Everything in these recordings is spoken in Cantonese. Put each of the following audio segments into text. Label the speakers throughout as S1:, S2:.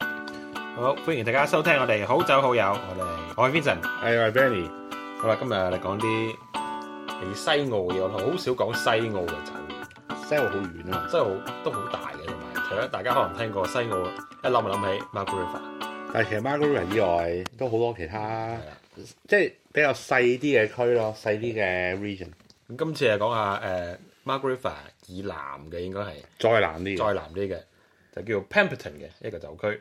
S1: 好，歡迎大家收聽我哋好酒好友，我哋我係 Vincent，
S2: 係我係 Benny，
S1: 好啦，今日我哋講啲嚟自西澳嘅嘢，我好少講西澳嘅酒，
S2: 西澳好遠啊，
S1: 西澳都好大嘅，同埋除咗大家可能聽過西澳，一諗就諗起 Margaret，
S2: 但係其實 Margaret 以外都好多其他
S1: 係啦，
S2: 即係比較細啲嘅區咯，細啲嘅 region，
S1: 咁今次係講下誒 Margaret 以南嘅應該係
S2: 再南啲嘅。
S1: 再南啲嘅，就叫 Pemberton 嘅一個酒區，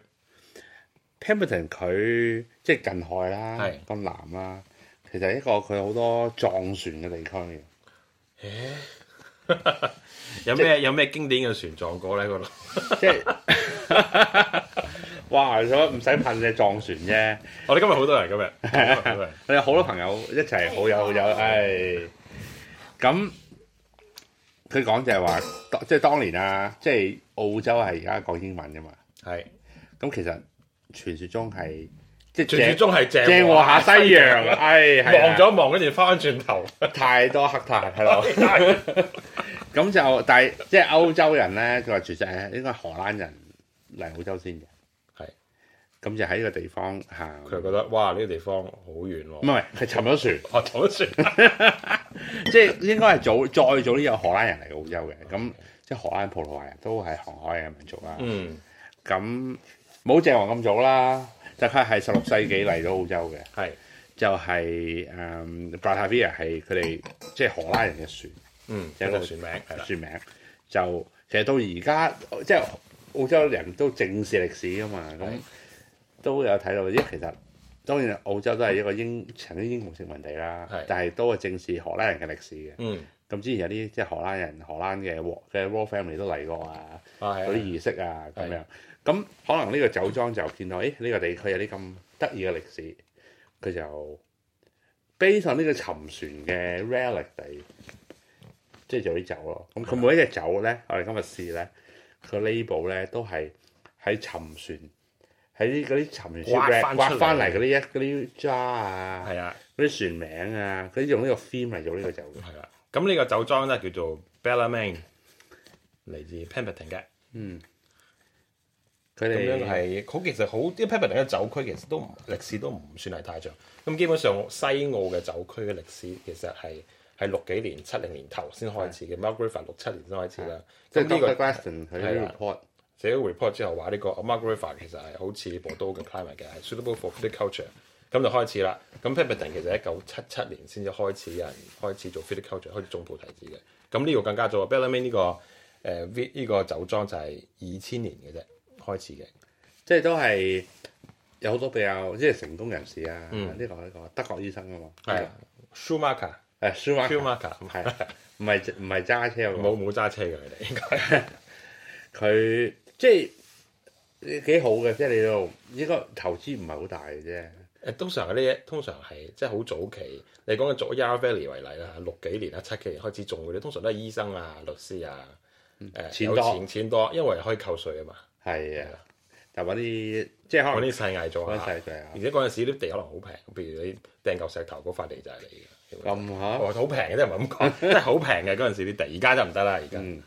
S2: Pemberton 佢即係近海啦
S1: 係，
S2: 咁南啦，其實一個佢好多撞船嘅地區嘅。
S1: 有咩有咩經典嘅船撞過咧？嗰度
S2: 即係 哇！所以唔使噴隻撞船啫。
S1: 我哋今日好多 人今日今日，
S2: 我哋好多朋友一齊好友好友，唉，咁佢講就係話，當即係當年啊，即係澳洲係而家講英文噶嘛。
S1: 係
S2: 咁其實傳説中係即係
S1: 傳説中係
S2: 鄭鄭
S1: 鄭
S2: 和
S1: 和
S2: 下西洋，唉，係啊
S1: 望咗望，跟住翻轉頭。
S2: 太多黑炭喺度。 咁就但係即係歐洲人咧，佢話其實係應該荷蘭人嚟澳洲先嘅，
S1: 係
S2: 咁就喺呢個地方行，
S1: 佢就覺得哇呢、個地方好遠
S2: 唔
S1: 喎、
S2: 係係沉咗船，
S1: 我坐船
S2: 即係應該係早再早啲有荷蘭人嚟澳洲嘅，咁即係荷蘭、葡萄牙人都係航海嘅民族啦。
S1: 嗯，
S2: 咁冇鄭王咁早啦，但佢係十六世紀嚟到澳洲嘅，
S1: 係，
S2: 就係誒 Batavia 係佢哋即係荷蘭人嘅船。
S1: 嗯，
S2: 有
S1: 有
S2: 一
S1: 個
S2: 個
S1: 船名係啦，
S2: 書名，就其實到而家即係澳洲人都正視歷史噶嘛，咁
S1: 係
S2: 都有睇到，因為其實當然澳洲都係一個英曾經英國殖民地啦
S1: 係，
S2: 但係都係正視荷蘭人嘅歷史嘅。
S1: 嗯，
S2: 咁之前有啲即係荷蘭人、荷蘭嘅 Royal- 嘅 Royal Family 都嚟過啊，
S1: 啊
S2: 嗰
S1: 係
S2: 啲
S1: 啊，
S2: 儀式啊咁
S1: 係
S2: 樣。咁可能呢個酒莊就見到，誒呢個地區有啲咁得意嘅歷史，佢就 base on 呢個沉船嘅 relic 地，即係做啲酒咯。咁
S1: 啊
S2: 佢每一隻酒咧，我哋今日試咧，佢 label 咧都係喺沉船，喺啲嗰啲沉船
S1: 刮
S2: shipwreck
S1: 返出嚟
S2: 刮翻嚟嗰啲一嗰啲渣啊，
S1: 係啊，
S2: 嗰啲船名啊，佢用呢個 theme 嚟做呢個酒嘅。
S1: 係啦。啊咁呢個酒莊咧叫做 Bellarmine，嚟自 Pemberton 嘅。
S2: 嗯，佢
S1: 咁樣
S2: 哋
S1: 係好，其實好啲 Pemberton 嘅酒區其實都唔歷史都唔算係太長。咁基本上西澳嘅酒區嘅歷史其實係係六幾年、七零年頭先開始嘅 m a r g r e t 六七年先開始啦。
S2: 即
S1: 咁
S2: 係
S1: 呢
S2: Dr.
S1: 個
S2: Glaston 佢
S1: 係
S2: 啲
S1: 啦
S2: report。
S1: 寫咗 report 之後話呢個 m a r g a r e t 其實係好似博都嘅 climate 嘅，係 suitable for viticulture。咁就開始啦。咁 Pemberton 其實一九七七年先至開始有人開始做 viticulture，開始種葡提子嘅。咁呢個更加早。Bellarmine 呢、個誒 v 呢個酒莊就係二千年嘅啫開始嘅。
S2: 即係都係有好多比較即係成功人士啊！
S1: 嗯
S2: 呢、個呢個德國醫生啊嘛，
S1: 係 Schumacher。
S2: 誒舒馬
S1: s
S2: 克
S1: h
S2: 係啊唔係唔係揸車嗰個
S1: 冇冇揸車嘅佢哋，應該
S2: 佢即係幾好嘅，即係你度應該投資唔係好大嘅啫。
S1: 誒通常嗰啲嘢，通常係即係好早期。你講嘅早 Yarra Valley 為例啦，六幾年啊、七幾年開始種嗰啲，通常都係醫生啊、律師啊，誒、
S2: 嗯錢
S1: 有
S2: 多
S1: 錢錢多，因為可以扣稅啊嘛，
S2: 係啊，就揾啲即係可
S1: 揾
S2: 能
S1: 啲細藝做
S2: 揾
S1: 下。
S2: 細仔啊
S1: 而，且嗰陣時啲地可能好平，譬如你掟嚿石頭嗰塊地就係你嘅。
S2: 咁嚇，
S1: 哦，好平嘅，真係唔係咁 講，真係好平嘅嗰陣時啲地，而家就唔得啦，而家。
S2: 嗯，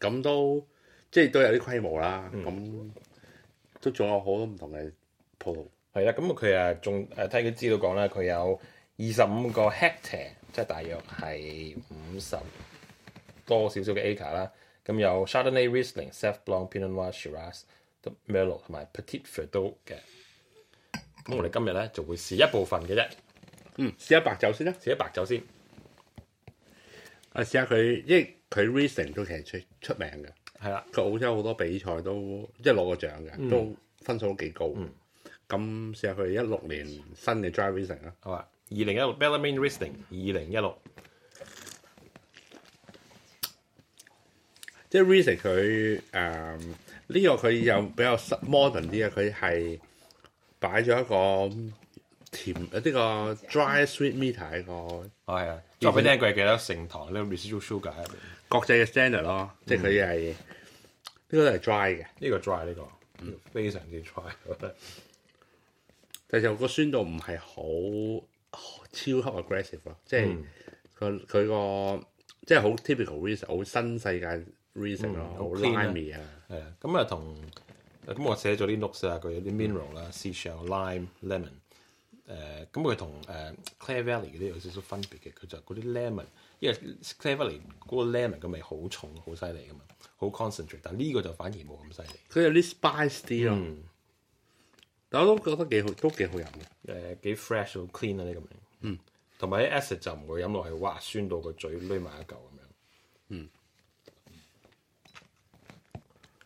S2: 咁都即係都有啲規模啦。
S1: 嗯
S2: 咁、都仲有好多唔同嘅葡萄。
S1: 係啦，咁佢啊仲誒睇佢資料講啦，佢有二十五個 hectare，即係大約係五十多少少嘅 acre 啦。咁有 Chardonnay、Riesling、Sauvignon Blanc、Pinot Noir、Shiraz、Merlot 同埋 Petit Verdot 嘅。咁我哋今日咧就會試一部分嘅啫，
S2: 嗯，試下白酒先啦。
S1: 試一白酒先。
S2: 我啊試下佢，因為佢 Reason 都其實出出名嘅。
S1: 係啦，
S2: 佢澳洲好多比賽都即係攞過獎嘅，都分數都幾高。咁、試下佢一六年新嘅 Drive Racing 啦，
S1: 好啊。二零一六 Bellarmine Riesling，二零一六
S2: 即係 Racing 佢誒呢個佢又比較 modern 啲嘅，佢係擺咗一個甜呃呢、個 dry sweet meter 一個
S1: 哦係啊，再俾你聽佢係幾多成糖呢個 residual sugar 喺入邊
S2: 國際嘅 standard 咯，
S1: 嗯
S2: 即係佢係呢個都係 dry 嘅，
S1: 呢個 dry 呢個呢個非常之 dry，我覺得
S2: 但就個酸度唔係好超級 aggressive 咯，即係。
S1: 嗯
S2: 佢佢個即係好 typical reason，好新世界 reason 咯，
S1: 嗯好
S2: 好
S1: clean 啊
S2: limey 啊，
S1: 係啊，咁啊同咁我寫咗啲 notes 啊，佢有
S2: 嗯
S1: 啲 mineral 啦、seashell、lime、lemon。誒，咁佢同誒 Clare Valley 嗰啲有少少分別嘅，佢就嗰啲 lemon，因為 Clare Valley 嗰個 lemon 嘅味好重、好犀利噶嘛，好 concentrate，但呢個就反而冇咁犀利。
S2: 佢有啲 spice 啲咯，
S1: 嗯
S2: 但我都覺得幾好，都幾好飲嘅。
S1: 誒、幾 fresh 好 clean 啊啲咁樣。嗯，同埋啲 acid 就唔會飲落去，哇酸到個嘴攣埋一嚿咁樣。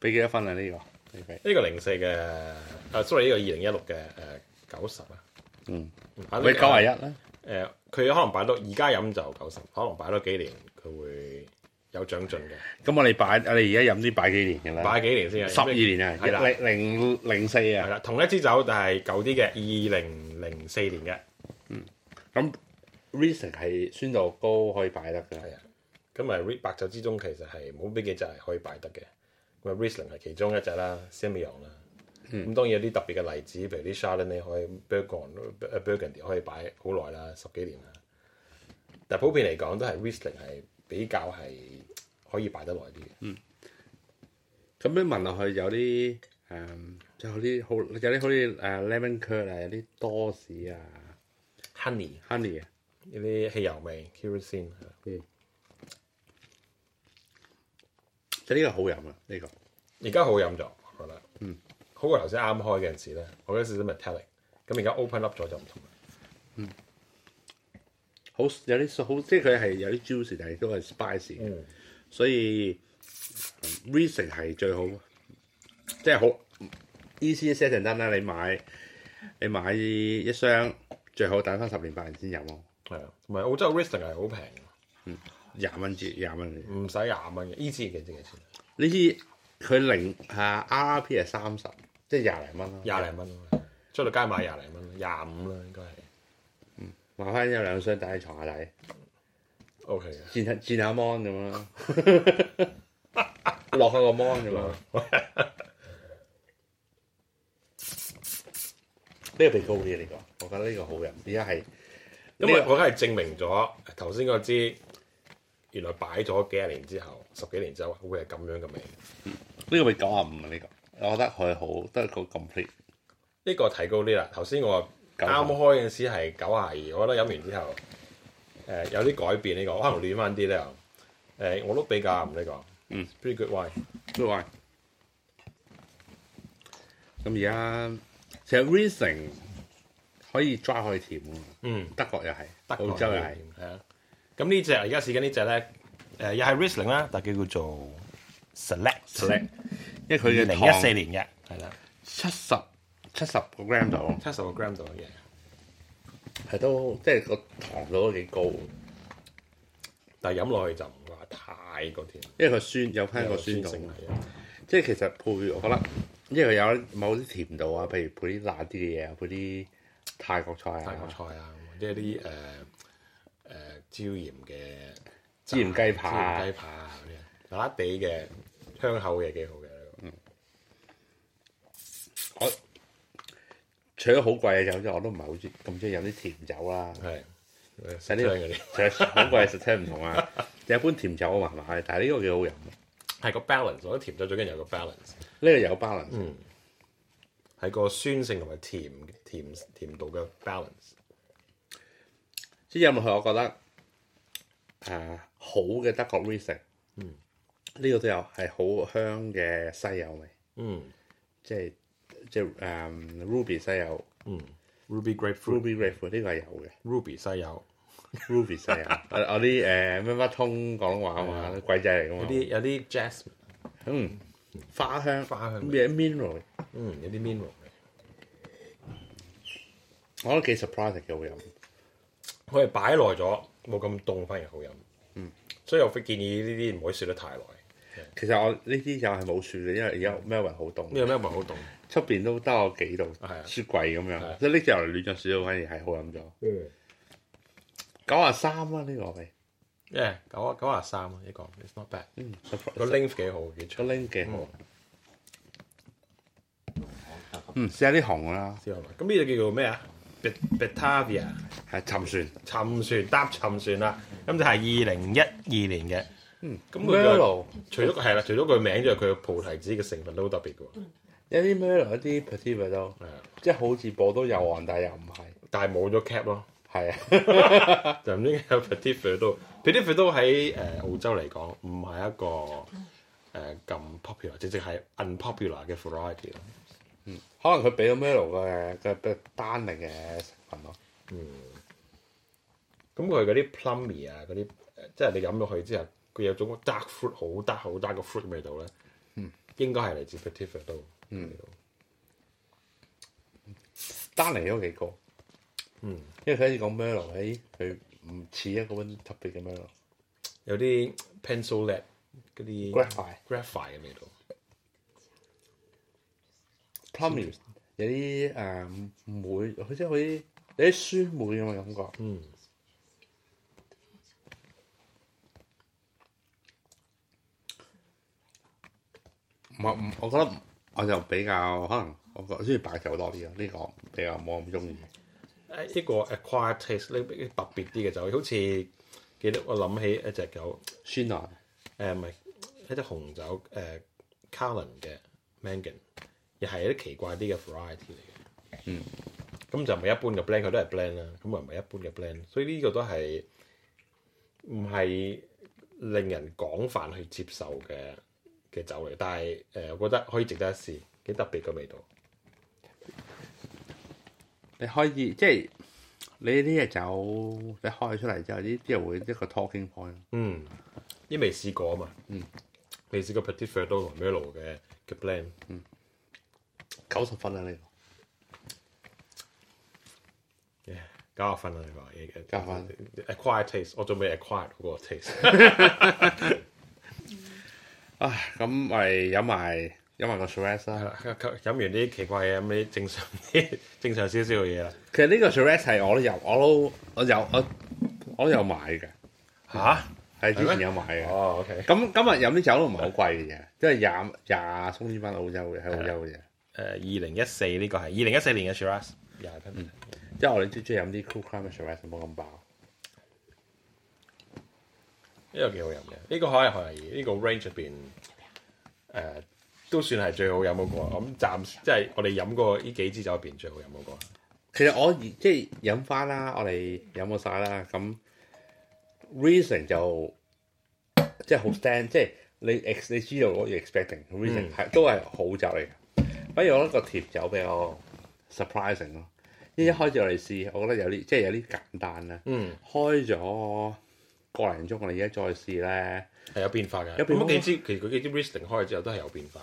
S2: 俾幾多分啊？呢、個你俾
S1: 呢個零四嘅，啊 sorry 呢個二零一六嘅誒九十啊。
S2: 嗯，
S1: 擺多
S2: 俾九廿一啦。
S1: 誒，佢、可能擺多而家飲就九十，可能擺多幾年佢會有長進嘅，
S2: 咁我哋擺，我哋而家飲啲擺幾年嘅啦，
S1: 擺幾年先。
S2: 十二年啊，
S1: 係啦，
S2: 零零零四
S1: 係
S2: 啊，
S1: 啦，同一支酒但係舊啲嘅，二零零四年嘅，
S2: 咁 Riesling 係酸度高可以擺得嘅。
S1: 係啊。咁啊，Ri- 白酒之中其實係冇邊幾隻係可以擺得嘅。咁啊，Riesling 係其中一隻啦 s e m i o n 啦。
S2: 嗯
S1: 咁當然有啲特別嘅例子，譬如啲 Chardonnay 可以 Burgon、呃 Burgundy 可以擺好耐啦，十幾年啦。但普遍嚟講都係 Riesling 係比較係可以擺得耐啲嘅。
S2: 咁樣聞落去有啲誒、嗯有啲好，有啲好似誒 lemon curd 啊，有啲多士啊
S1: Honey
S2: ，honey 啊，嗯
S1: 呢啲汽油味 kerosene 係啦
S2: 就呢個好飲啊，呢、個
S1: 而家好飲咗，我覺得，嗯，好過頭先啱開嗰陣時咧，我嗰陣時都 metallic，咁而家 open up 咗就唔同啦。
S2: 好有啲好，即係佢係有啲 juicy，但係都係 spicy 嘅，所以嗯 Riesling 係最好，即係好 easy set and done 啦。你買你買一箱最好等翻十年八年先飲咯，
S1: 係啊，同埋澳洲 Riesling 係好平，
S2: 廿蚊至廿蚊。
S1: 唔使廿蚊嘅，依支幾多錢？啊
S2: 呢支佢零啊 RRP 係三十，即係廿零蚊啦。
S1: 廿零蚊啊，出到街買廿零蚊，廿五啦應該係
S2: 麻翻有兩箱擺喺床下底，
S1: OK 嘅。
S2: 轉下轉下 mon 咁樣啦， 落下個 mon 咁樣。呢個鼻高啲啊呢個，我覺得呢個好飲。而家係啊
S1: 因為我梗係證明咗頭先嗰支，原來擺咗幾廿年之後，十幾年之後會係咁樣嘅味。
S2: 呢個咪九啊五啊呢個，我覺得佢好得個 complete。
S1: 呢個提高啲啦。頭先我啱啊
S2: 九
S1: 開嗰陣時係九廿二，我覺得飲完之後，誒、有啲改變呢、個，可能暖翻啲咧。誒、我都比較啱呢、個，
S2: 嗯
S1: ，pretty good wine。
S2: 都係。咁而家其實 Riesling 可以 dry 可以甜喎，
S1: 嗯，
S2: 德國又係，
S1: 德國
S2: 澳洲又係。
S1: 係啊。咁呢只而家試緊呢只咧，誒、又係 Riesling 啦，但佢叫做 Select。
S2: 叻，因為佢
S1: 二
S2: 嘅
S1: 零
S2: 糖
S1: 一四年嘅，係啦，
S2: 七十七十個 gram 度，
S1: 七十個 gram 度嘅。
S2: 係都即係個糖度都幾高，
S1: 但係飲落去就唔話太過甜，
S2: 因為佢酸有翻個酸度。
S1: 性係啊。
S2: 即係其實配我覺得，因為佢有某啲甜度啊，譬如配啲辣啲嘅嘢啊，配啲泰國菜
S1: 泰國
S2: 啊，
S1: 菜啊，或者啲誒誒椒鹽嘅啊
S2: 椒鹽雞扒啊
S1: 椒鹽雞扒啊嗰啲啊，辣辣地嘅香口嘅幾好嘅。
S2: 我除咗好貴嘅酒之外，我都唔係好中咁中意飲啲甜 酒啦。
S1: 係食
S2: 但呢
S1: 呢
S2: 個
S1: 嗰啲
S2: 就係好貴，實聽唔同啊！一般甜酒我麻麻嘅，但係呢個幾好飲，呢
S1: 係個 balance，我覺得甜酒最緊要有個 balance，
S2: 個有 balance。
S1: 係個酸性同埋甜甜甜度嘅 balance。
S2: 即係飲落去，我覺得誒、啊好嘅德國 Riesling，嗯，呢個都有係好香嘅西柚味，
S1: 嗯
S2: 即係即係誒、嗯 Ruby 西柚
S1: 嗯，ruby grapefruit、
S2: ，Ruby 哦 Grape 呢個係有 嘅
S1: ruby 西柚，
S2: ，Ruby 西柚，我 我啲誒乜乜通廣東話啊嘛，鬼仔嚟噶
S1: 有
S2: 嘛，
S1: 啲有啲 jasmine，
S2: 嗯花香
S1: 花香
S2: 咩 mineral，
S1: 嗯有啲 mineral 嘅，
S2: 我覺得幾 surprise 幾好飲，
S1: 佢係擺耐咗冇咁凍反而好飲。
S2: 嗯
S1: 所以我建議呢啲唔可以雪得太耐。
S2: 其實我呢啲酒係冇雪嘅，因為而家 Melbourne 好
S1: 呢
S2: 凍，
S1: 個咩唔係好凍？
S2: 出邊都得我幾度
S1: 係啊
S2: 雪櫃咁
S1: 係啊
S2: 樣，即係拎咗嚟暖咗少少，反而係好飲咗。
S1: 嗯。
S2: 九啊三啦呢個味，
S1: 耶，九啊九啊三啊，一個，it's not bad。
S2: 嗯，
S1: 個 length 幾好，幾
S2: 個
S1: 出。
S2: 拎幾好。嗯，試下啲紅啦，
S1: 之後咁呢個叫做咩啊？Bet-？Batavia
S2: 係沉船。
S1: 沉船搭沉船啦，咁就係二零一二年嘅。嗯，咁佢
S2: Merlot
S1: 就除咗係啦，除咗佢名之外，佢嘅菩提子嘅成分都好特別嘅喎。
S2: 有啲 Merlot 有啲 Petit v e r d o
S1: 係啊
S2: 即係好似波都有岸，但係又唔係，
S1: 但係冇咗 cap 咯，
S2: 係啊，
S1: 就唔知點解有 Petit f e r d o Petit f e r d o 喺誒澳洲嚟講唔係一個誒咁 popular，直直係 unpopular 嘅 variety 咯。
S2: 可能佢俾咗 Merlot 嘅嘅嘅單寧嘅成分咯，
S1: 咁佢嗰啲 plummy 啊，嗰啲呃即係你飲落去之後，佢有種 dark fruit 好 dark 好 dark 嘅 fruit 味道咧，應該係嚟自 Petit f e r d o
S2: 單寧都幾高。
S1: 嗯，
S2: 因為佢一直講 Merlot，誒佢唔似一個溫特別嘅 Merlot。
S1: 有啲 pencil lead 嗰啲
S2: Graphite
S1: graphite 嘅味道。
S2: Plummy 有啲誒梅，好似好啲有啲酸梅咁嘅感覺。
S1: 嗯，
S2: 唔係唔，我覺得我就比較可能我覺中意白酒多啲咯，呢、個比較冇咁中意。
S1: 誒一個 acquired taste 呢呢特別啲嘅酒，好似記得我諗起一隻酒，
S2: 酸奶
S1: 誒呃唔係一隻紅酒誒 Carlin 嘅 Mangan，又係一啲奇怪啲嘅 variety 嚟嘅。嗯，咁就唔係一般嘅 blend，佢都係 blend 啦，咁啊唔係一般嘅 blend，所以呢個都係唔係令人廣泛去接受嘅嘅酒嚟，但係誒、呃我覺得可以值得一試，幾特別嘅味道。
S2: 你可以即係你呢隻酒你開出嚟之後，呢啲人會一個 talking point。
S1: 嗯，因為未試過啊嘛。
S2: 嗯。
S1: 未試過 Petit f e r d o 同 Merlot 嘅嘅 blend，
S2: 九十分啊！呢、
S1: Yeah，加下分啦，你話嘢嘅
S2: 加分
S1: acquire taste，我仲未 acquire 嗰個 taste。
S2: 個啊，咁咪飲埋飲埋個 Shiraz
S1: 係
S2: 啦。
S1: 啦飲完啲奇怪嘢，咁啲正常啲 正常少少嘅嘢啦。
S2: 其實呢個 Shiraz 係我都有，我都我有我我有買嘅，
S1: 吓？
S2: 係之
S1: 係
S2: 前
S1: 咩
S2: 有買嘅。
S1: 哦，OK。
S2: 咁今日飲啲酒都唔係好貴嘅啫，即係廿廿鬆呢翻澳洲嘅，喺澳洲嘅啫。
S1: 誒，二零一四呢個係二零一四年嘅 Shiraz，又係跟
S2: 即係我哋最中意飲啲 cool crime 嘅 Shiraz，冇咁爆。
S1: 呢個幾好飲嘅。呢個可能係呢個 range 入邊誒都算係最好飲嗰個。咁暫時即係我哋飲過呢幾支酒入邊最好飲嗰個。
S2: 其實我而即係飲翻啦，我哋飲過晒啦。咁 reason 就即係好 stand，即係你 ex 你知道我 expecting reason 係、都係好酒嚟嘅。反而我覺得個甜酒比較 surprising 咯。因為一開始我哋試，我覺得有啲即係有啲簡單啦。
S1: 嗯，
S2: 開咗個零鐘，我哋而家再試咧，
S1: 係有變化嘅。
S2: 有變化
S1: 咁幾支其實佢幾支 Riesling 開咗之後都係有變化。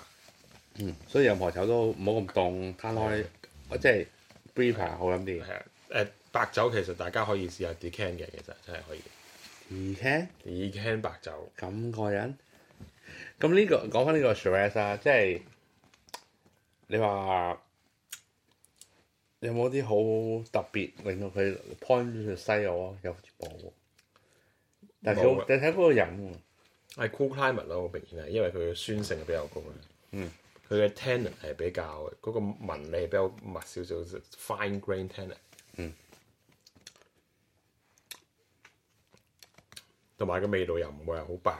S2: 嗯所以任何酒都唔好咁凍，攤開我即係 briefer 好飲啲。
S1: 係啊，誒白酒其實大家可以試下 decan 嘅，其實真係可以
S2: 而且
S1: decan 白酒。
S2: 咁個人，咁呢、個講翻呢個 Shiraz 啊，即係你話有冇啲好特別令到佢 point 住西我啊？有冇？但係佢
S1: 冇
S2: 好
S1: 啊
S2: 你睇嗰個人喎，
S1: 係 cool climate 咯，好明顯係，因為佢嘅酸性係比較高啦。
S2: 嗯，
S1: 佢嘅 tannin 係比較嗰、個紋理係比較密少少，fine grain tannin。
S2: 嗯，
S1: 同埋個味道又唔會係好爆。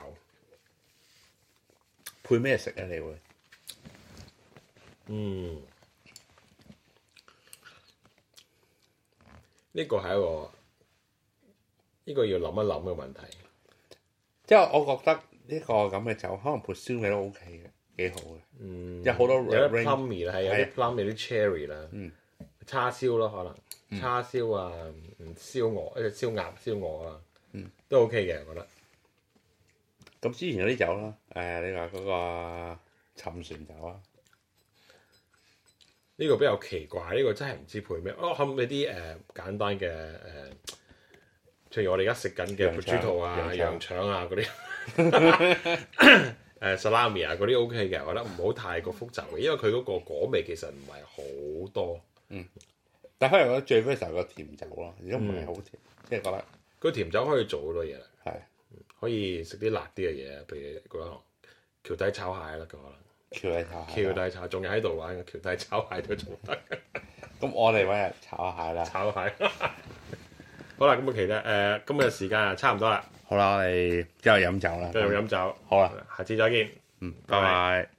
S2: 配咩食啊？你會
S1: 嗯，呢個係一個呢、個要諗一諗嘅問題。
S2: 即係我覺得呢個咁嘅酒，可能配燒味都 OK 嘅，幾好嘅。嗯，有好多
S1: 有啲
S2: range
S1: plummy 啦，係有
S2: 係啊
S1: 啲 plum 有啲 cherry 啦，
S2: 嗯
S1: 叉燒咯可能叉燒啊，嗯燒鵝誒燒鴨燒鵝啊，
S2: 嗯
S1: 都 OK 嘅，我覺得。
S2: 咁之前嗰啲酒啦，誒、你話嗰個沉船酒啊，
S1: 呢個比較奇怪，呢個真係唔知配咩。哦，後尾啲誒簡單嘅誒，呃譬如我哋而家食緊嘅
S2: 羊
S1: p
S2: 腸
S1: r 兔啊、
S2: 羊腸
S1: 羊腸啊嗰啲， 誒 salami 啊嗰啲 OK 嘅，我覺得唔好太過複雜嘅，因為佢嗰個果味其實唔係好多。
S2: 但可能我覺得最 best 係個甜酒咯，如果唔係好甜，即係覺得
S1: 個甜酒可以做好多嘢啦。
S2: 係。
S1: 可以食啲辣啲嘅嘢，譬如嗰個橋底炒蟹啦，佢可能
S2: 橋底炒
S1: 橋
S2: 蟹啦，
S1: 底炒仲有喺度玩嘅橋底炒蟹都仲得
S2: 咁我哋揾日炒下蟹啦。
S1: 炒蟹。 好啦，咁啊，其實誒今日嘅時間啊差唔多啦，
S2: 好啦，我哋之後飲酒啦。
S1: 繼續飲酒，
S2: 好啦，
S1: 下次再見。
S2: 嗯，
S1: 拜
S2: 拜拜